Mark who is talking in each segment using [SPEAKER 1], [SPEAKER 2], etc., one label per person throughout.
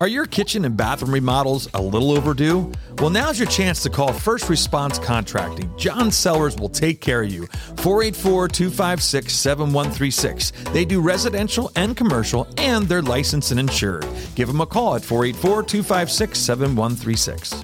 [SPEAKER 1] Are your kitchen and bathroom remodels a little overdue? Well, now's your chance to call First Response Contracting. John Sellers will take care of you. 484 256 7136. They do residential and commercial, and they're licensed and insured. Give them a call at 484 256 7136.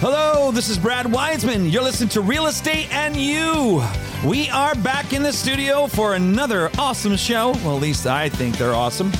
[SPEAKER 1] Hello, this is Brad Wiseman. You're listening to Real Estate and You. We are back in the studio for another awesome show. Well, at least I think they're awesome.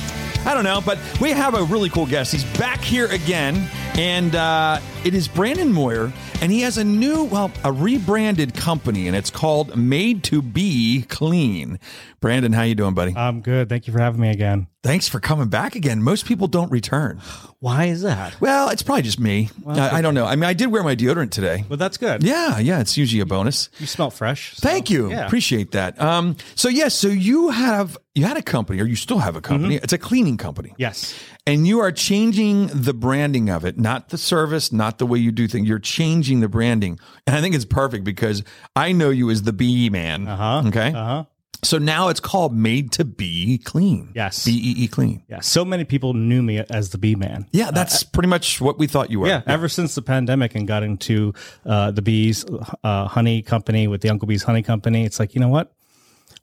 [SPEAKER 1] I don't know, but we have a really cool guest. He's back here again, and uh, it is Brandon Moyer, and he has a new, well, a rebranded company, and it's called Made to Be Clean. Brandon, how you doing, buddy?
[SPEAKER 2] I'm good. Thank you for having me
[SPEAKER 1] Uh,
[SPEAKER 2] again.
[SPEAKER 1] Thanks for coming back again. Most people don't return.
[SPEAKER 2] Why is that?
[SPEAKER 1] Well, it's probably just me. I, I don't know. I mean, I did wear my deodorant today.
[SPEAKER 2] But that's good.
[SPEAKER 1] Yeah, yeah, it's usually a bonus.
[SPEAKER 2] You smell fresh. so-
[SPEAKER 1] Thank you.
[SPEAKER 2] Yeah.
[SPEAKER 1] Appreciate that. Um, so yes, so you have you had a company, or you still have a
[SPEAKER 2] Mm-hmm.
[SPEAKER 1] company. It's a cleaning company.
[SPEAKER 2] yes.
[SPEAKER 1] And you are changing the branding of it, not the service, not the way you do things. You're changing the branding. And I think it's perfect because I know you as the bee man.
[SPEAKER 2] Uh-huh.
[SPEAKER 1] Okay.
[SPEAKER 2] Uh huh.
[SPEAKER 1] So now it's called Made to Be Clean.
[SPEAKER 2] Yes.
[SPEAKER 1] B E E Clean.
[SPEAKER 2] Yeah. So many people knew me as the bee man.
[SPEAKER 1] Yeah, that's pretty much what we thought you were.
[SPEAKER 2] Uh, Yeah, ever since the pandemic and got into uh, the bees uh, honey company with the Uncle Bees honey company, it's like you know what?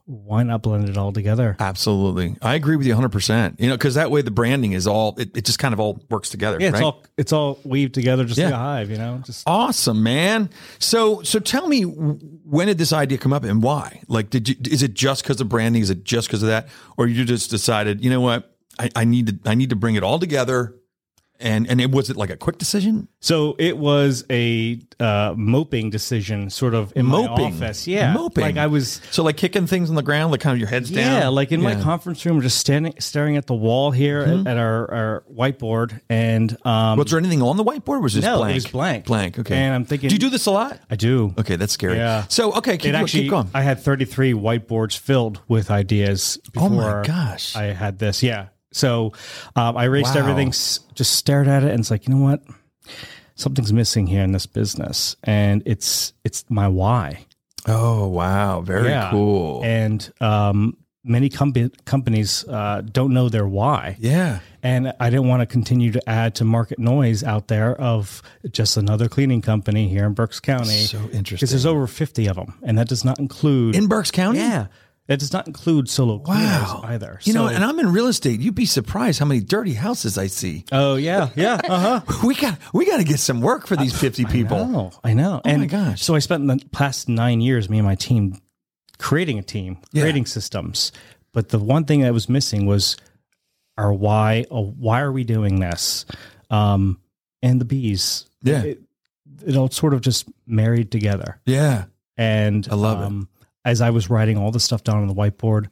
[SPEAKER 2] Why not blend it all together?
[SPEAKER 1] Absolutely. I agree with you 100%. You know, because that way the branding is all, it, it just kind of all works together.
[SPEAKER 2] Yeah, it's
[SPEAKER 1] right?
[SPEAKER 2] all it's all weaved together just like
[SPEAKER 1] Yeah.
[SPEAKER 2] a hive, you know. Just
[SPEAKER 1] Awesome, man. So, so tell me, w- when did this idea come up and why? Like, did you? Is it just because of branding? Is it just because of that, or you just decided, you know what, I, I need to, I need to bring it all together, and and it was it like a quick decision?
[SPEAKER 2] So it was a uh, moping decision, sort of in my
[SPEAKER 1] Moping.
[SPEAKER 2] office. Yeah,
[SPEAKER 1] Moping.
[SPEAKER 2] Like I was,
[SPEAKER 1] So, like kicking things on the ground, like kind of your head's down.
[SPEAKER 2] yeah, like in my conference room, just standing, staring at the wall here
[SPEAKER 1] Mm-hmm.
[SPEAKER 2] at, at our, our whiteboard, and um,
[SPEAKER 1] Was there anything on the whiteboard? Or was it just
[SPEAKER 2] No, it
[SPEAKER 1] blank?
[SPEAKER 2] was blank.
[SPEAKER 1] Blank. Okay.
[SPEAKER 2] And I'm thinking-
[SPEAKER 1] do you do this a lot?
[SPEAKER 2] I do.
[SPEAKER 1] Okay, that's scary.
[SPEAKER 2] Yeah.
[SPEAKER 1] So, okay, keep,
[SPEAKER 2] It
[SPEAKER 1] go-
[SPEAKER 2] actually,
[SPEAKER 1] keep uh, going.
[SPEAKER 2] I had 33 whiteboards filled with ideas. Before
[SPEAKER 1] Oh my gosh.
[SPEAKER 2] I had this. Yeah. So um, I erased
[SPEAKER 1] Wow.
[SPEAKER 2] everything, s- just stared at it, and it's like, you know what? Something's missing here in this business, and it's it's my why.
[SPEAKER 1] oh wow, very
[SPEAKER 2] Yeah.
[SPEAKER 1] cool.
[SPEAKER 2] And um, many com- companies uh, don't know their why.
[SPEAKER 1] yeah.
[SPEAKER 2] And I didn't want to continue to add to market noise out there of just another cleaning company here in Berks County.
[SPEAKER 1] So interesting.
[SPEAKER 2] Because there's over 50 of them. And that does not include.
[SPEAKER 1] In Berks County.
[SPEAKER 2] yeah. That does not include solo cleaners
[SPEAKER 1] Wow.
[SPEAKER 2] either.
[SPEAKER 1] You know,
[SPEAKER 2] So-
[SPEAKER 1] and I'm in real estate. You'd be surprised how many dirty houses I see.
[SPEAKER 2] oh, yeah. Yeah. Uh huh.
[SPEAKER 1] We got we got to get some work for these 50 people.
[SPEAKER 2] Oh, I know. and
[SPEAKER 1] my gosh.
[SPEAKER 2] So I spent the past nine years, me and my team, creating a team,
[SPEAKER 1] Yeah.
[SPEAKER 2] creating systems. But the one thing that was missing was our why. uh why are we doing this? Um, and the bees.
[SPEAKER 1] Yeah.
[SPEAKER 2] It, it all sort of just married together.
[SPEAKER 1] Yeah.
[SPEAKER 2] And
[SPEAKER 1] I love it.
[SPEAKER 2] it. As I was writing all the stuff down on the whiteboard,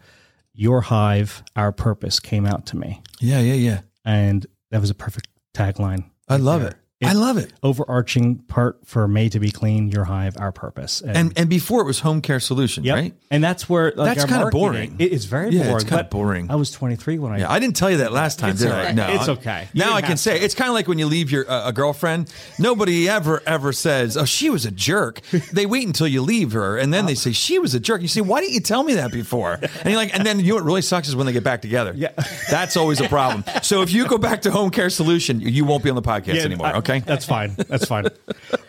[SPEAKER 2] your hive, our purpose came out to me.
[SPEAKER 1] Yeah, yeah, yeah.
[SPEAKER 2] And that was a perfect tagline
[SPEAKER 1] I love it. I love it.
[SPEAKER 2] overarching part for May to be clean, your hive, our purpose.
[SPEAKER 1] And and before it was home care solution,
[SPEAKER 2] yep.
[SPEAKER 1] right?
[SPEAKER 2] And that's where like,
[SPEAKER 1] That's
[SPEAKER 2] our
[SPEAKER 1] kinda
[SPEAKER 2] marketing-
[SPEAKER 1] boring.
[SPEAKER 2] It is very
[SPEAKER 1] Yeah,
[SPEAKER 2] boring.
[SPEAKER 1] it's kinda
[SPEAKER 2] but
[SPEAKER 1] boring.
[SPEAKER 2] I was 23 when I
[SPEAKER 1] Yeah, I didn't tell you that last time, did I?
[SPEAKER 2] okay.
[SPEAKER 1] No,
[SPEAKER 2] It's okay. You
[SPEAKER 1] Now
[SPEAKER 2] didn't
[SPEAKER 1] I can
[SPEAKER 2] have
[SPEAKER 1] say it's kind of like when you leave your uh, a girlfriend. Nobody ever ever says, "Oh, she was a jerk." They wait until you leave her, and
[SPEAKER 2] Oh.
[SPEAKER 1] then they say she was a jerk. You say, "Why didn't you tell me that before?" And you're like, and then you know what really sucks is when they get back together. Yeah, that's always a problem. So if you go back to home care solution, you won't be on the podcast
[SPEAKER 2] Yeah,
[SPEAKER 1] anymore.
[SPEAKER 2] I-
[SPEAKER 1] okay,
[SPEAKER 2] That's fine. That's fine.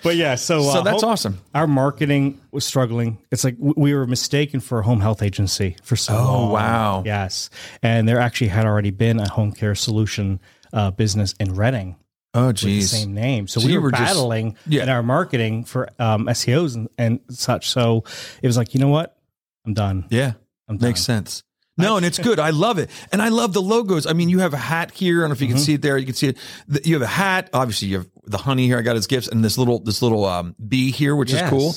[SPEAKER 2] But yeah, so uh,
[SPEAKER 1] So that's awesome.
[SPEAKER 2] Our marketing was struggling. It's like w- we were mistaken for a home health agency for so oh, long.
[SPEAKER 1] wow.
[SPEAKER 2] Yes, and there actually had already been a home care solution uh, business in Reading.
[SPEAKER 1] oh
[SPEAKER 2] with the
[SPEAKER 1] geez,
[SPEAKER 2] same name. So,
[SPEAKER 1] So
[SPEAKER 2] we
[SPEAKER 1] you
[SPEAKER 2] were,
[SPEAKER 1] were just-
[SPEAKER 2] battling
[SPEAKER 1] Yeah.
[SPEAKER 2] in our marketing for um, SEOs and, and such. So it was like, you know what? I'm done.
[SPEAKER 1] Yeah. Makes sense. No, and it's good. I love it. And I love the logos. I mean, you have a hat here. I don't know if you can
[SPEAKER 2] Mm-hmm.
[SPEAKER 1] see it there. You can see it. Th- You have a hat. Obviously, you have the honey here. I got as gifts and this little, this little um, bee here, which is
[SPEAKER 2] Yes.
[SPEAKER 1] cool.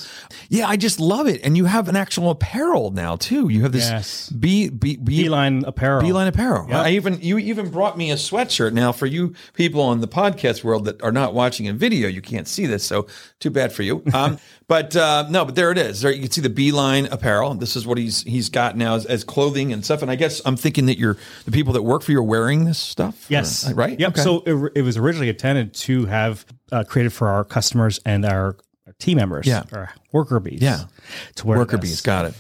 [SPEAKER 1] Yeah. I just love it. And you have an actual apparel now too. You have this
[SPEAKER 2] Yes.
[SPEAKER 1] bee, bee, bee,
[SPEAKER 2] Beeline Apparel.
[SPEAKER 1] Beeline apparel. I even you even brought me a sweatshirt. Now, for you people on the podcast world that are not watching in video, you can't see this, so too bad for you. Um, but uh, no, but there it is. There you can see the Beeline apparel. This is what he's he's got now as, as clothing and stuff. And I guess I'm thinking that you're the people that work for you are wearing this stuff.
[SPEAKER 2] Yes.
[SPEAKER 1] Or- uh, right.
[SPEAKER 2] Yep.
[SPEAKER 1] Okay.
[SPEAKER 2] So it, it was originally intended to have uh, created for our customers and our team members.
[SPEAKER 1] Yeah.
[SPEAKER 2] Our worker bees.
[SPEAKER 1] Yeah.
[SPEAKER 2] To wear
[SPEAKER 1] worker
[SPEAKER 2] this.
[SPEAKER 1] bees got it.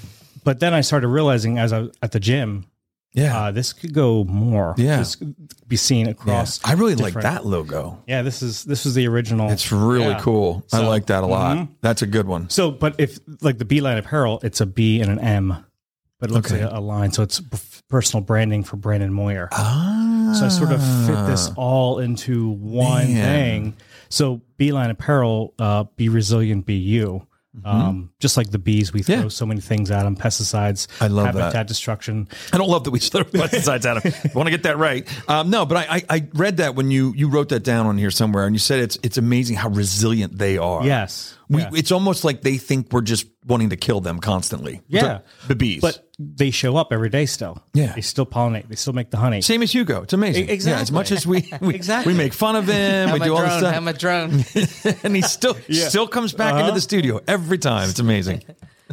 [SPEAKER 2] But then I started realizing as I was at the gym,
[SPEAKER 1] Yeah.
[SPEAKER 2] Uh, this could go more.
[SPEAKER 1] Yeah.
[SPEAKER 2] This could be seen across.
[SPEAKER 1] I really like
[SPEAKER 2] different-
[SPEAKER 1] that logo.
[SPEAKER 2] Yeah, this is this is the original.
[SPEAKER 1] It's really
[SPEAKER 2] Yeah.
[SPEAKER 1] cool. I
[SPEAKER 2] So- mm-hmm.
[SPEAKER 1] like that a lot. That's a good one.
[SPEAKER 2] so, but if like the B line apparel, it's a B and an M, but it looks
[SPEAKER 1] Okay.
[SPEAKER 2] like a, a line. So it's p- personal branding for Brandon Moyer.
[SPEAKER 1] Ah,
[SPEAKER 2] So I sort of fit this all into one
[SPEAKER 1] Man.
[SPEAKER 2] thing. So Beeline Apparel, uh, be resilient, be you. Um, just like the bees, we throw
[SPEAKER 1] Mm-hmm. Yeah.
[SPEAKER 2] so many things at them: pesticides,
[SPEAKER 1] I love that.
[SPEAKER 2] habitat destruction.
[SPEAKER 1] I don't love that we throw pesticides at them. want to get that right. Um, no, but I, I, I read that when you you wrote that down on here somewhere, and you said it's it's amazing how resilient they are.
[SPEAKER 2] Yes,
[SPEAKER 1] we,
[SPEAKER 2] Yeah.
[SPEAKER 1] it's almost like they think we're just wanting to kill them constantly.
[SPEAKER 2] Yeah.
[SPEAKER 1] the bees.
[SPEAKER 2] but they show up every day still.
[SPEAKER 1] Yeah.
[SPEAKER 2] they still pollinate. They still make the honey.
[SPEAKER 1] same as Hugo, it's amazing.
[SPEAKER 2] E- exactly.
[SPEAKER 1] Yeah, as much as we we,
[SPEAKER 3] Exactly.
[SPEAKER 1] we make fun of him, we
[SPEAKER 3] I'm a
[SPEAKER 1] do all this
[SPEAKER 3] drone.
[SPEAKER 1] stuff,
[SPEAKER 3] I'm a drone.
[SPEAKER 1] and he still still comes back
[SPEAKER 2] Uh-huh.
[SPEAKER 1] into the studio every time. It's amazing.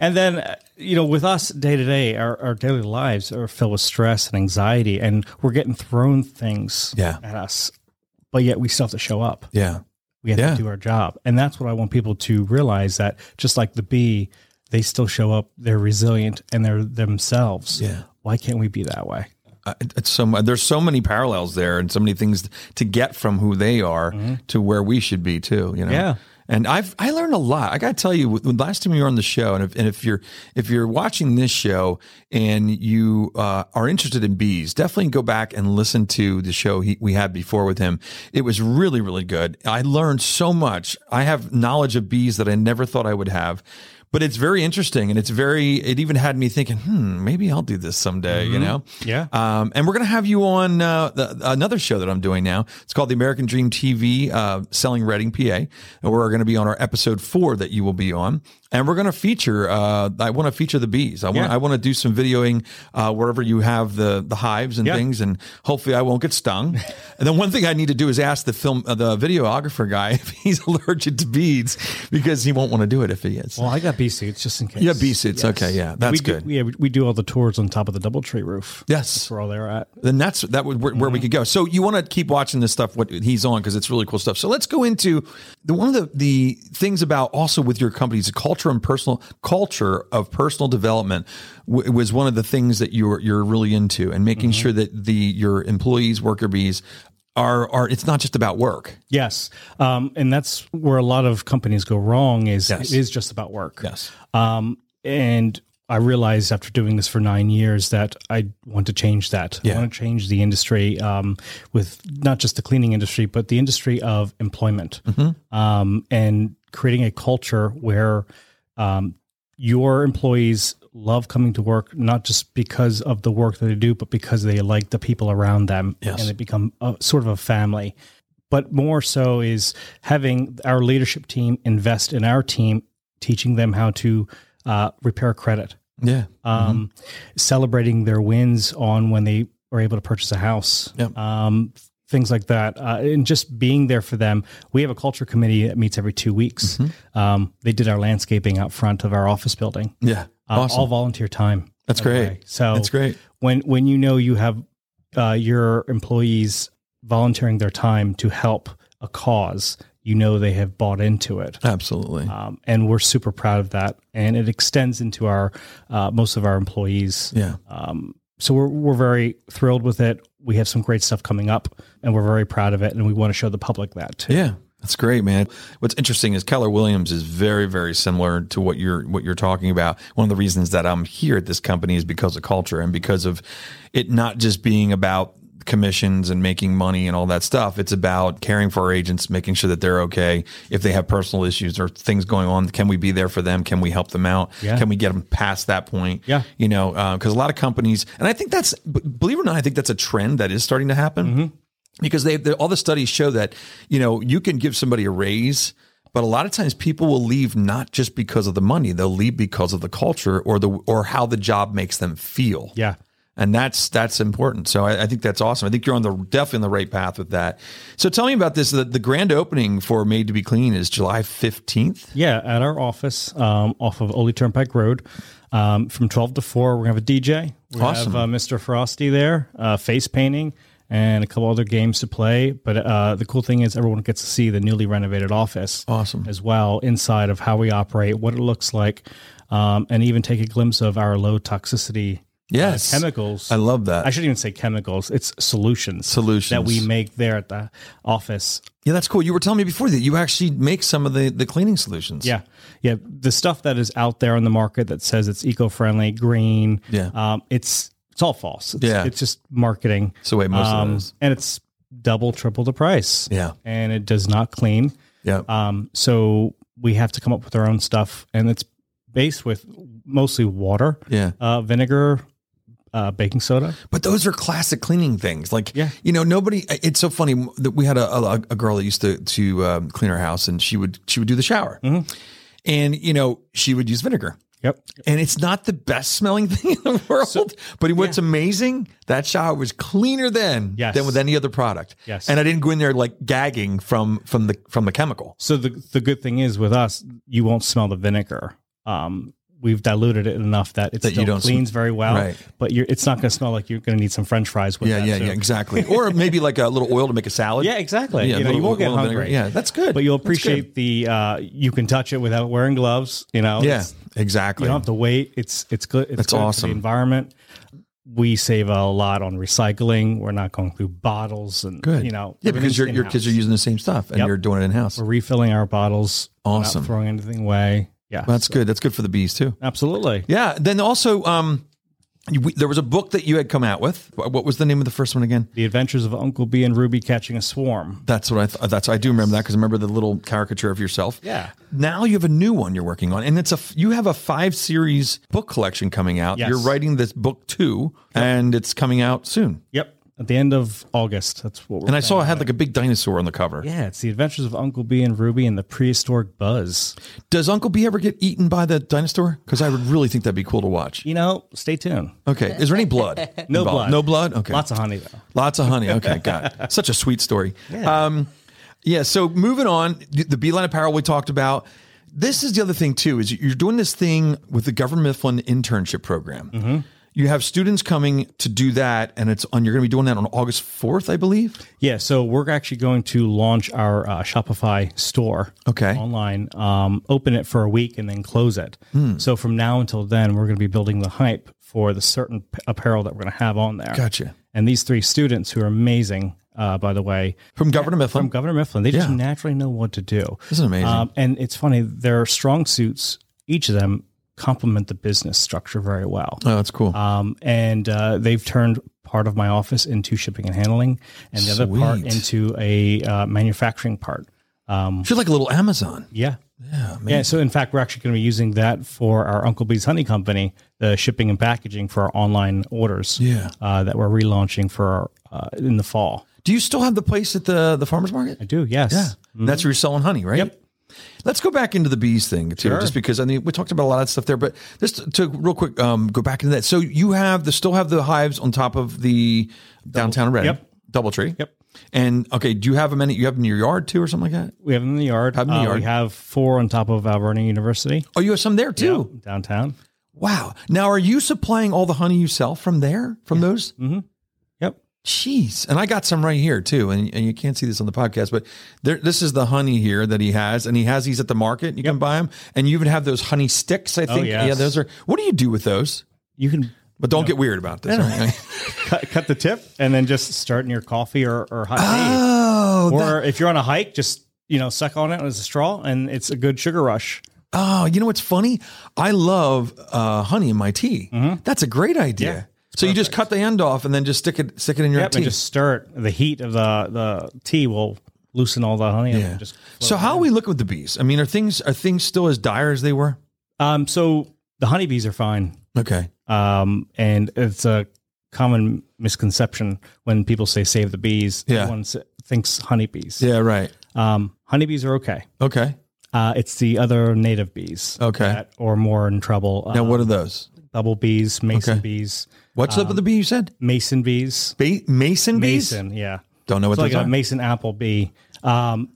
[SPEAKER 2] and then uh, you know with us day to day our, our daily lives are filled with stress and anxiety and we're getting thrown things
[SPEAKER 1] Yeah.
[SPEAKER 2] at us but yet we still have to show up
[SPEAKER 1] Yeah,
[SPEAKER 2] we have
[SPEAKER 1] Yeah.
[SPEAKER 2] to do our job and that's what i want people to realize that just like the bee they still show up they're resilient and they're themselves
[SPEAKER 1] Yeah.
[SPEAKER 2] why can't we be that way
[SPEAKER 1] Uh, it- it's so mu- there's so many parallels there, and so many things to get from who they are to where we should be too. You know.
[SPEAKER 2] Mm-hmm. Yeah.
[SPEAKER 1] And I've I learned a lot. I got to tell you, with- with last time you were on the show, and if, and if you're if you're watching this show and you uh, are interested in bees, definitely go back and listen to the show he, we had before with him. It was really really good. I learned so much. I have knowledge of bees that I never thought I would have. But it's very interesting, and it's very. It even had me thinking, hmm, maybe I'll do this someday. You know,
[SPEAKER 2] Mm-hmm. Yeah.
[SPEAKER 1] um, and we're going to have you on uh, the, another show that I'm doing now. It's called the American Dream TV, uh, selling Reading, PA. And we're going to be on our episode four that you will be on. And we're going to feature. Uh, I want to feature the bees. I want.
[SPEAKER 2] Yeah.
[SPEAKER 1] I want to do some videoing uh, wherever you have the the hives and
[SPEAKER 2] Yeah.
[SPEAKER 1] things, and hopefully I won't get stung. and then one thing I need to do is ask the film uh, the videographer guy if he's allergic to bees because he won't want to do it if he is.
[SPEAKER 2] well i got bee suits just in case
[SPEAKER 1] yeah, bee suits. Okay, yeah, that's
[SPEAKER 2] we
[SPEAKER 1] good.
[SPEAKER 2] do, yeah, we- we do all the tours on top of the doubletree roof
[SPEAKER 1] yes,
[SPEAKER 2] that's where all they're at
[SPEAKER 1] then that's that would where, where
[SPEAKER 2] Mm-hmm.
[SPEAKER 1] we could go. So you want to keep watching this stuff what he's on because it's really cool stuff. So let's go into the one of the the things about also with your company is a culture and personal culture of personal development w- was one of the things that you're you're really into and making
[SPEAKER 2] Mm-hmm.
[SPEAKER 1] sure that the your employees worker bees are are it's not just about work.
[SPEAKER 2] Yes, um, and that's where a lot of companies go wrong. Is
[SPEAKER 1] Yes.
[SPEAKER 2] it is just about work.
[SPEAKER 1] Yes.
[SPEAKER 2] Um, and I realized after doing this for nine years that I want to change that.
[SPEAKER 1] Yeah.
[SPEAKER 2] I want to change the industry um, with not just the cleaning industry, but the industry of employment um, and creating a culture where um, your employees love coming to work, not just because of the work that they do, but because they like the people around them
[SPEAKER 1] Yes.
[SPEAKER 2] and they become a, sort of a family but more so is having our leadership team invest in our team, teaching them how to uh, repair credit,
[SPEAKER 1] Yeah.
[SPEAKER 2] um, celebrating their wins on when they are able to purchase a house,
[SPEAKER 1] Yep.
[SPEAKER 2] um, things like that, uh, and just being there for them. We have a culture committee that meets every two weeks.
[SPEAKER 1] Mm-hmm.
[SPEAKER 2] Um, they did our landscaping out front of our office building,
[SPEAKER 1] Yeah.
[SPEAKER 2] uh,
[SPEAKER 1] awesome.
[SPEAKER 2] all volunteer time.
[SPEAKER 1] that's
[SPEAKER 2] by the
[SPEAKER 1] great.
[SPEAKER 2] way. So
[SPEAKER 1] That's great.
[SPEAKER 2] when when you know you have uh, your employees volunteering their time to help a cause, you know they have bought into it,
[SPEAKER 1] Absolutely.
[SPEAKER 2] um, and we're super proud of that. And it extends into our uh, most of our employees.
[SPEAKER 1] yeah.
[SPEAKER 2] Um, so we're we're very thrilled with it. We have some great stuff coming up, and we're very proud of it. And we want to show the public that too.
[SPEAKER 1] Yeah, that's great, man. What's interesting is Keller Williams is very, very similar to what you're what you're talking about. One of the reasons that I'm here at this company is because of culture and because of it not just being about commissions and making money and all that stuff. It's about caring for our agents, making sure that they're okay. If they have personal issues or things going on, can we be there for them? Can we help them out?
[SPEAKER 2] Yeah.
[SPEAKER 1] Can we get them past that point?
[SPEAKER 2] Yeah.
[SPEAKER 1] You know, because a lot of companies, and I think that's, b- believe it or not, I think that's a trend that is starting to happen
[SPEAKER 2] Mm-hmm.
[SPEAKER 1] because they, they all the studies show that you know you can give somebody a raise but a lot of times people will leave not just because of the money they'll leave because of the culture or the or how the job makes them feel
[SPEAKER 2] Yeah.
[SPEAKER 1] and that's that's important so I, I think that's awesome i think you're on the definitely on the right path with that so tell me about this the, the grand opening for made to be clean is july 15th
[SPEAKER 2] Yeah, at our office um, off of Ole Turnpike Road. Um, from 12 to 4, we're going to have a DJ. We
[SPEAKER 1] Awesome.
[SPEAKER 2] have uh, Mr. Frosty there, uh, face painting, and a couple other games to play. But uh, the cool thing is, everyone gets to see the newly renovated office
[SPEAKER 1] Awesome.
[SPEAKER 2] as well, inside of how we operate, what it looks like, um, and even take a glimpse of our low toxicity
[SPEAKER 1] Yes.
[SPEAKER 2] chemicals.
[SPEAKER 1] I love that.
[SPEAKER 2] I shouldn't even say chemicals. It's solutions.
[SPEAKER 1] Solutions.
[SPEAKER 2] that we make there at the office.
[SPEAKER 1] yeah, that's cool. You were telling me before that you actually make some of the, the cleaning solutions.
[SPEAKER 2] Yeah, yeah. The stuff that is out there on the market that says it's eco-friendly, green.
[SPEAKER 1] Yeah.
[SPEAKER 2] um, it's it's all false. It's,
[SPEAKER 1] Yeah.
[SPEAKER 2] it's just marketing. Um,
[SPEAKER 1] It's the way most of it is.
[SPEAKER 2] and it's double, triple the price.
[SPEAKER 1] Yeah.
[SPEAKER 2] and it does not clean.
[SPEAKER 1] Yeah.
[SPEAKER 2] Um, so we have to come up with our own stuff, and it's based with mostly water,
[SPEAKER 1] yeah.
[SPEAKER 2] uh, vinegar, uh, baking soda.
[SPEAKER 1] But those are classic cleaning things. Like,
[SPEAKER 2] Yeah.
[SPEAKER 1] you know, nobody. It's so funny that we had a, a, a girl that used to to um, clean her house, and she would she would do the shower,
[SPEAKER 2] Mm-hmm.
[SPEAKER 1] and you know she would use vinegar,
[SPEAKER 2] Yep.
[SPEAKER 1] and it's not the best smelling thing in the world. but what's amazing, that shower was cleaner then
[SPEAKER 2] Yes.
[SPEAKER 1] than with any other product.
[SPEAKER 2] Yes.
[SPEAKER 1] and I didn't go in there like gagging from from the from the chemical.
[SPEAKER 2] So the the good thing is with us, you won't smell the vinegar. Um, we've diluted it enough that it
[SPEAKER 1] That you
[SPEAKER 2] still
[SPEAKER 1] don't sm-
[SPEAKER 2] cleans very well,
[SPEAKER 1] Right.
[SPEAKER 2] but you're, it's not going to smell like you're going to need some French fries with
[SPEAKER 1] Yeah,
[SPEAKER 2] that.
[SPEAKER 1] yeah,
[SPEAKER 2] too.
[SPEAKER 1] yeah, exactly. or maybe like a little oil to make a salad.
[SPEAKER 2] Yeah, exactly.
[SPEAKER 1] Yeah,
[SPEAKER 2] you know,
[SPEAKER 1] little
[SPEAKER 2] you won't
[SPEAKER 1] oil
[SPEAKER 2] get
[SPEAKER 1] and vinegar.
[SPEAKER 2] hungry.
[SPEAKER 1] Yeah, that's good.
[SPEAKER 2] but you'll
[SPEAKER 1] That's good.
[SPEAKER 2] appreciate the uh, you can touch it without wearing gloves. You know,
[SPEAKER 1] Yeah,
[SPEAKER 2] It's-
[SPEAKER 1] exactly.
[SPEAKER 2] you don't have to wait. It's it's good. It's
[SPEAKER 1] That's
[SPEAKER 2] good for
[SPEAKER 1] awesome.
[SPEAKER 2] the environment. We save a lot on recycling. We're not going through bottles and
[SPEAKER 1] Good.
[SPEAKER 2] you know
[SPEAKER 1] yeah, because
[SPEAKER 2] everything's
[SPEAKER 1] your your kids are
[SPEAKER 2] in-house.
[SPEAKER 1] using the same stuff, and
[SPEAKER 2] Yep.
[SPEAKER 1] you're doing it in house.
[SPEAKER 2] We're refilling our bottles. We're
[SPEAKER 1] Awesome.
[SPEAKER 2] not throwing anything away. Yeah,
[SPEAKER 1] That's good. That's good for the bees too.
[SPEAKER 2] absolutely.
[SPEAKER 1] Yeah. Then also, um, you- we, there was a book that you had come out with. Wh- What was the name of the first one again?
[SPEAKER 2] The Adventures of Uncle B and Ruby Catching a Swarm.
[SPEAKER 1] That's what I. Th- that's I do remember that because I remember the little caricature of yourself.
[SPEAKER 2] Yeah.
[SPEAKER 1] Now you have a new one you're working on, and it's a f- you have a five series book collection coming out.
[SPEAKER 2] Yes.
[SPEAKER 1] You're writing this book too, and it's coming out soon.
[SPEAKER 2] Yep. At the end of August. That's what we're.
[SPEAKER 1] And I saw it had like a big dinosaur on the cover.
[SPEAKER 2] yeah, it's the Adventures of Uncle B and Ruby and the Prehistoric Buzz.
[SPEAKER 1] Does Uncle B ever get eaten by the dinosaur? Because I would really think that'd be cool to watch.
[SPEAKER 2] You know, stay tuned.
[SPEAKER 1] Okay. Is there any blood?
[SPEAKER 2] No
[SPEAKER 1] involved?
[SPEAKER 2] blood.
[SPEAKER 1] No blood. Okay.
[SPEAKER 2] Lots of honey though.
[SPEAKER 1] Lots of honey. Okay, got it. such a sweet story. Yeah. Um, yeah. So moving on, the the Beeline Apparel we talked about. This is the other thing too is you're doing this thing with the Governor Mifflin internship program.
[SPEAKER 2] Mm-hmm.
[SPEAKER 1] You have students coming to do that, and it's on. You're going to be doing that on August 4th, I believe.
[SPEAKER 2] Yeah, so we're actually going to launch our uh, Shopify store.
[SPEAKER 1] Okay.
[SPEAKER 2] Online, um, open it for a week and then close it.
[SPEAKER 1] Hmm.
[SPEAKER 2] So from now until then, we're going to be building the hype for the certain p- apparel that we're going to have on there.
[SPEAKER 1] Gotcha.
[SPEAKER 2] And these three students who are amazing, uh, by the way,
[SPEAKER 1] From Governor Mifflin.
[SPEAKER 2] from Governor Mifflin. They just
[SPEAKER 1] Yeah.
[SPEAKER 2] naturally know what to do. Um,
[SPEAKER 1] Isn't it amazing?
[SPEAKER 2] and it's funny, their strong suits, each of them complement the business structure very well.
[SPEAKER 1] oh, that's cool.
[SPEAKER 2] Um, and uh, they've turned part of my office into shipping and handling, and the other part
[SPEAKER 1] Sweet.
[SPEAKER 2] into a uh, manufacturing part.
[SPEAKER 1] You're like a little Amazon.
[SPEAKER 2] Yeah. Yeah, So, in fact, we're actually going to be using that for our Uncle B's Honey Company, the shipping and packaging for our online orders.
[SPEAKER 1] Yeah.
[SPEAKER 2] Uh, that we're relaunching for our, uh, in the fall.
[SPEAKER 1] Do you still have the place at the the farmers market?
[SPEAKER 2] I do. Yes.
[SPEAKER 1] Yeah. That's where you're selling honey, right? Yep. Let's go back into the bees thing too, just because I mean we talked about a lot of stuff there, but just to, to real quick um, go back into that. So you have the still have the hives on top of the downtown red
[SPEAKER 2] Yep.
[SPEAKER 1] DoubleTree.
[SPEAKER 2] Yep.
[SPEAKER 1] And okay, do you have them in? You have them in your yard too, or something like that?
[SPEAKER 2] We have them in the yard.
[SPEAKER 1] them in the
[SPEAKER 2] Uh,
[SPEAKER 1] yard.
[SPEAKER 2] We have four on top of Alvernia University
[SPEAKER 1] Oh, you have some there too.
[SPEAKER 2] downtown.
[SPEAKER 1] Wow. Now, are you supplying all the honey you sell from there from those?
[SPEAKER 2] Yep.
[SPEAKER 1] Jeez. And I got some right here too. And, and you can't see this on the podcast, but there, this is the honey here that he has. And he has these at the market. and You can buy them. And you even have those honey sticks, I think. Yeah,
[SPEAKER 2] Oh, yes.
[SPEAKER 1] those are. What do you do with those?
[SPEAKER 2] You can
[SPEAKER 1] But don't get weird about this. okay?
[SPEAKER 2] cut, cut the tip and then just start in your coffee or, or hot tea.
[SPEAKER 1] oh, that-
[SPEAKER 2] or if you're on a hike, just you know suck on it as a straw, and it's a good sugar rush.
[SPEAKER 1] oh, you know what's funny? I love uh, honey in my tea.
[SPEAKER 2] Mm-hmm.
[SPEAKER 1] That's a great idea. so you just cut the end off and then just stick it stick it in your
[SPEAKER 2] Yep,
[SPEAKER 1] tea.
[SPEAKER 2] and just stir it. The heat of the the tea will loosen all the honey.
[SPEAKER 1] Yeah.
[SPEAKER 2] And just
[SPEAKER 1] so how are we looking with the bees? I mean, are things are things still as dire as they were?
[SPEAKER 2] um, so the honeybees are fine,
[SPEAKER 1] Okay.
[SPEAKER 2] um, and it's a common misconception when people say save the bees.
[SPEAKER 1] Yeah.
[SPEAKER 2] everyone s- thinks honeybees.
[SPEAKER 1] Yeah. Right.
[SPEAKER 2] Um, honeybees are okay.
[SPEAKER 1] Okay.
[SPEAKER 2] Uh, it's the other native bees
[SPEAKER 1] Okay.
[SPEAKER 2] that are more in trouble. Uh,
[SPEAKER 1] Now, what are those?
[SPEAKER 2] bubble bees, mason
[SPEAKER 1] Okay.
[SPEAKER 2] bees,
[SPEAKER 1] What's
[SPEAKER 2] Um,
[SPEAKER 1] up with the bee? You said
[SPEAKER 2] mason bees,
[SPEAKER 1] Ba mason bees.
[SPEAKER 2] mason. Yeah,
[SPEAKER 1] Don't know what
[SPEAKER 2] it's
[SPEAKER 1] those
[SPEAKER 2] like a
[SPEAKER 1] are.
[SPEAKER 2] mason apple bee. Um,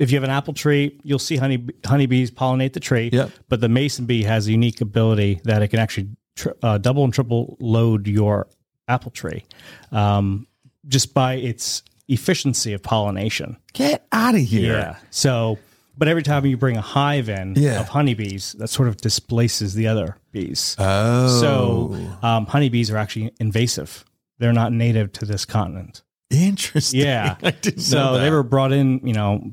[SPEAKER 2] if you have an apple tree, you'll see honey honeybees pollinate the tree.
[SPEAKER 1] Yep.
[SPEAKER 2] But the mason bee has a unique ability that it can actually tr- uh, double and triple load your apple tree, um, just by its efficiency of pollination.
[SPEAKER 1] Get out of here.
[SPEAKER 2] So But every time you bring a hive in
[SPEAKER 1] Yeah.
[SPEAKER 2] of honeybees, that sort of displaces the other bees.
[SPEAKER 1] Oh,
[SPEAKER 2] So um, honeybees are actually invasive. They're not native to this continent.
[SPEAKER 1] interesting.
[SPEAKER 2] Yeah.
[SPEAKER 1] I didn't know
[SPEAKER 2] So
[SPEAKER 1] that.
[SPEAKER 2] they were brought in, you know,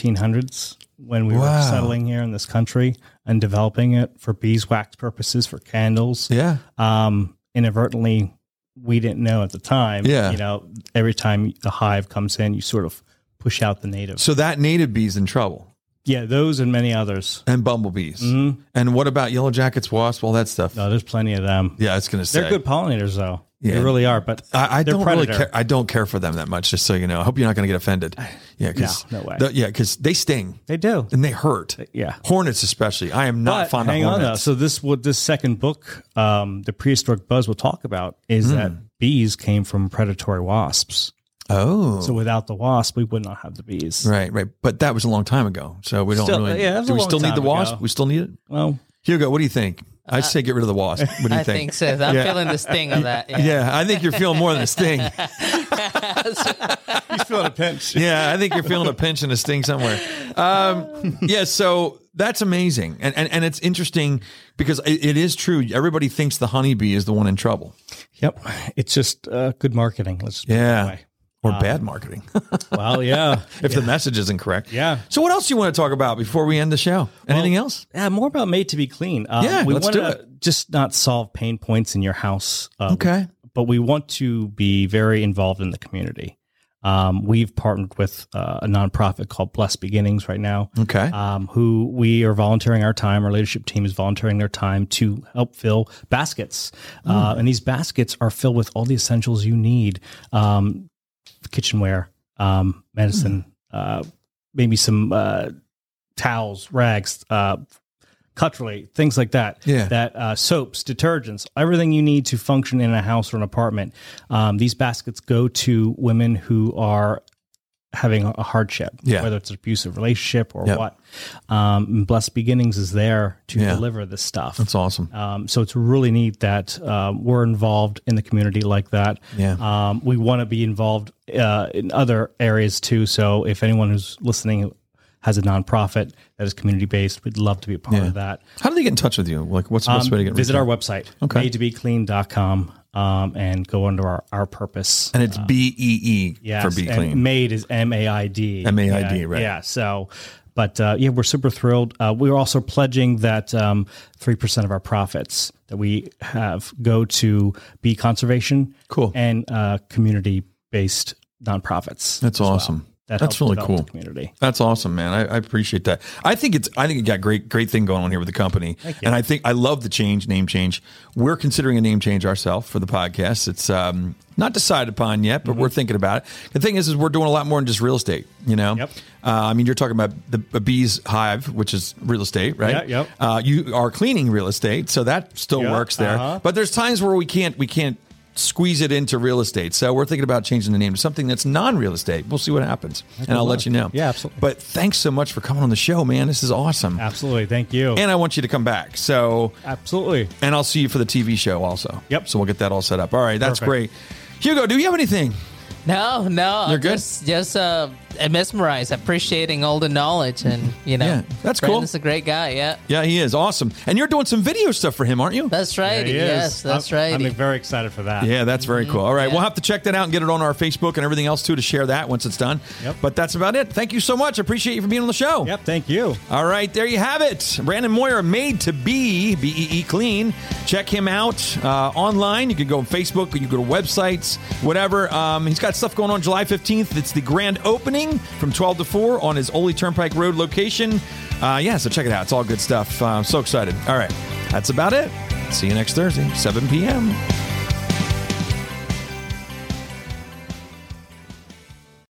[SPEAKER 2] 1500s when we were
[SPEAKER 1] Wow.
[SPEAKER 2] settling here in this country and developing it for beeswax purposes, for candles.
[SPEAKER 1] yeah,
[SPEAKER 2] Um, inadvertently, we didn't know at the time.
[SPEAKER 1] Yeah.
[SPEAKER 2] You know, every time the hive comes in, you sort of push out the native.
[SPEAKER 1] so that native bee's in trouble,
[SPEAKER 2] Yeah, those and many others.
[SPEAKER 1] and bumblebees,
[SPEAKER 2] Mhm.
[SPEAKER 1] and what about yellow jackets, wasps, all that stuff?
[SPEAKER 2] No, Oh, there's plenty of them.
[SPEAKER 1] Yeah, I was gonna say
[SPEAKER 2] They're good pollinators, though.
[SPEAKER 1] Yeah.
[SPEAKER 2] They really are. But
[SPEAKER 1] I, I
[SPEAKER 2] They're
[SPEAKER 1] don't really
[SPEAKER 2] predator.
[SPEAKER 1] care. I don't care for them that much. Just so you know, I hope you're not going to get offended. Yeah, because
[SPEAKER 2] No, no way.
[SPEAKER 1] yeah, because they sting
[SPEAKER 2] they do.
[SPEAKER 1] and they hurt.
[SPEAKER 2] Yeah.
[SPEAKER 1] Hornets especially. I am not
[SPEAKER 2] But
[SPEAKER 1] fond
[SPEAKER 2] hang
[SPEAKER 1] of
[SPEAKER 2] on,
[SPEAKER 1] hornets.
[SPEAKER 2] though. So this what this second book, um, the prehistoric buzz, will talk about is that
[SPEAKER 1] Hmm.
[SPEAKER 2] bees came from predatory wasps.
[SPEAKER 1] Oh,
[SPEAKER 2] So without the wasp, we would not have the bees.
[SPEAKER 1] right, right. But that was a long time ago. So we don't
[SPEAKER 2] Still-
[SPEAKER 1] really.
[SPEAKER 2] yeah, that was
[SPEAKER 1] do
[SPEAKER 2] a
[SPEAKER 1] we
[SPEAKER 2] long
[SPEAKER 1] still need
[SPEAKER 2] time
[SPEAKER 1] the wasp?
[SPEAKER 2] ago.
[SPEAKER 1] We still need it.
[SPEAKER 2] Well,
[SPEAKER 1] Hugo, what do you think? I say get rid of the wasp. What do you
[SPEAKER 3] Uh, I think so. I'm feeling the sting of that. Yeah.
[SPEAKER 1] Yeah, I think you're feeling more than a sting.
[SPEAKER 2] you feel a pinch.
[SPEAKER 1] Yeah, I think you're feeling a pinch and a sting somewhere. Um, yeah, so that's amazing. And, and and it's interesting because it, it is true. Everybody thinks the honeybee is the one in trouble.
[SPEAKER 2] Yep. It's just uh, good marketing. Let's put it that
[SPEAKER 1] Yeah.
[SPEAKER 2] way.
[SPEAKER 1] Or bad marketing
[SPEAKER 2] Well, yeah.
[SPEAKER 1] if the message isn't correct.
[SPEAKER 2] Yeah.
[SPEAKER 1] So what else do you want to talk about before we end the show? Anything else?
[SPEAKER 2] Yeah, more about made to be clean. Um,
[SPEAKER 1] Yeah,
[SPEAKER 2] we
[SPEAKER 1] let's
[SPEAKER 2] want
[SPEAKER 1] do
[SPEAKER 2] to just not solve pain points in your house. Uh,
[SPEAKER 1] Okay.
[SPEAKER 2] but we want to be very involved in the community. Um, we've partnered with uh, a nonprofit called Blessed Beginnings right now,
[SPEAKER 1] Okay.
[SPEAKER 2] um, who we are volunteering our time. Our leadership team is volunteering their time to help fill baskets, uh,
[SPEAKER 1] Hmm.
[SPEAKER 2] and these baskets are filled with all the essentials you need: um, kitchenware, um, medicine,
[SPEAKER 1] Hmm.
[SPEAKER 2] uh, maybe some uh, towels, rags, uh, cutlery, things like that.
[SPEAKER 1] Yeah.
[SPEAKER 2] That uh, soaps, detergents, everything you need to function in a house or an apartment. Um, these baskets go to women who are having a hardship,
[SPEAKER 1] Yeah.
[SPEAKER 2] whether it's an abusive relationship or
[SPEAKER 1] Yeah.
[SPEAKER 2] what. Um, and Blessed Beginnings is there to
[SPEAKER 1] Yeah.
[SPEAKER 2] deliver this stuff.
[SPEAKER 1] That's awesome.
[SPEAKER 2] Um, so it's really neat that um, we're involved in the community like that.
[SPEAKER 1] Yeah.
[SPEAKER 2] Um, we want to be involved uh, in other areas too. So if anyone who's listening has a nonprofit that is community based, we'd love to be a part of that.
[SPEAKER 1] How do they get in touch with you? Like what's the best way to get
[SPEAKER 2] Um, Visit
[SPEAKER 1] reached
[SPEAKER 2] our
[SPEAKER 1] out?
[SPEAKER 2] website,
[SPEAKER 1] Okay.
[SPEAKER 2] made to be clean.com, um, and go under our, our purpose.
[SPEAKER 1] and it's B E E
[SPEAKER 2] uh, Yes,
[SPEAKER 1] for Be
[SPEAKER 2] and
[SPEAKER 1] Clean.
[SPEAKER 2] Made is M A I D.
[SPEAKER 1] M.A.I.D.,
[SPEAKER 2] Yeah,
[SPEAKER 1] right.
[SPEAKER 2] Yeah. So, but uh, yeah, we're super thrilled. Uh, we're also pledging that um, 3% of our profits that we have go to bee conservation
[SPEAKER 1] Cool.
[SPEAKER 2] and uh, community based nonprofits.
[SPEAKER 1] That's
[SPEAKER 2] as well.
[SPEAKER 1] awesome.
[SPEAKER 2] That
[SPEAKER 1] That's
[SPEAKER 2] helps
[SPEAKER 1] really
[SPEAKER 2] develop the
[SPEAKER 1] cool.
[SPEAKER 2] community.
[SPEAKER 1] That's awesome, man. I, I appreciate that. I think it's I think it got great great thing going on here with the company, and I think I love the change name change. We're considering a name change ourselves for the podcast. It's um, not decided upon yet, but
[SPEAKER 2] Mm-hmm.
[SPEAKER 1] we're thinking about it. The thing is, is we're doing a lot more than just real estate. You know,
[SPEAKER 2] Yep.
[SPEAKER 1] uh, I mean, you're talking about the a bees hive, which is real estate, right?
[SPEAKER 2] Yeah, yep.
[SPEAKER 1] Uh, you are cleaning real estate, so that still
[SPEAKER 2] Yeah,
[SPEAKER 1] works there.
[SPEAKER 2] uh-huh.
[SPEAKER 1] But there's times where we can't we can't squeeze it into real estate. So we're thinking about changing the name to something that's non-real estate. We'll see what happens. And I'll let you know.
[SPEAKER 2] Yeah, absolutely.
[SPEAKER 1] But thanks so much for coming on the show, man. This is awesome.
[SPEAKER 2] Absolutely. Thank you.
[SPEAKER 1] And I want you to come back. So
[SPEAKER 2] Absolutely.
[SPEAKER 1] and I'll see you for the TV show also.
[SPEAKER 2] Yep.
[SPEAKER 1] So we'll get that all set up. All right, that's
[SPEAKER 2] Perfect.
[SPEAKER 1] great. Hugo, do you have anything?
[SPEAKER 3] No, no.
[SPEAKER 1] You're
[SPEAKER 3] I'm
[SPEAKER 1] good?
[SPEAKER 3] Just, just uh, mesmerized, appreciating all the knowledge, and you know,
[SPEAKER 1] Yeah, that's cool.
[SPEAKER 3] Brandon's a great guy. Yeah,
[SPEAKER 1] Yeah, he is awesome. And you're doing some video stuff for him, aren't you?
[SPEAKER 3] that's right.
[SPEAKER 2] There he is.
[SPEAKER 3] Yes, that's
[SPEAKER 2] I'm-
[SPEAKER 3] right.
[SPEAKER 2] I'm very excited for that.
[SPEAKER 1] Yeah, that's very cool. All right,
[SPEAKER 3] Mhm. yeah.
[SPEAKER 1] we'll have to check that out and get it on our Facebook and everything else too to share that once it's done.
[SPEAKER 2] Yep.
[SPEAKER 1] But that's about it. Thank you so much. I appreciate you for being on the show.
[SPEAKER 2] Yep. Thank you.
[SPEAKER 1] All right, there you have it. Brandon Moyer, made to be B E E clean. Check him out uh, online. You can go on Facebook, you can go to websites, whatever. Um, he's got stuff going on July 15th. It's the grand opening from 12 to 4 on his Ole Turnpike Road location. Uh, yeah, so check it out. It's all good stuff. Uh, I'm so excited. All right, that's about it. See you next Thursday, 7 p.m.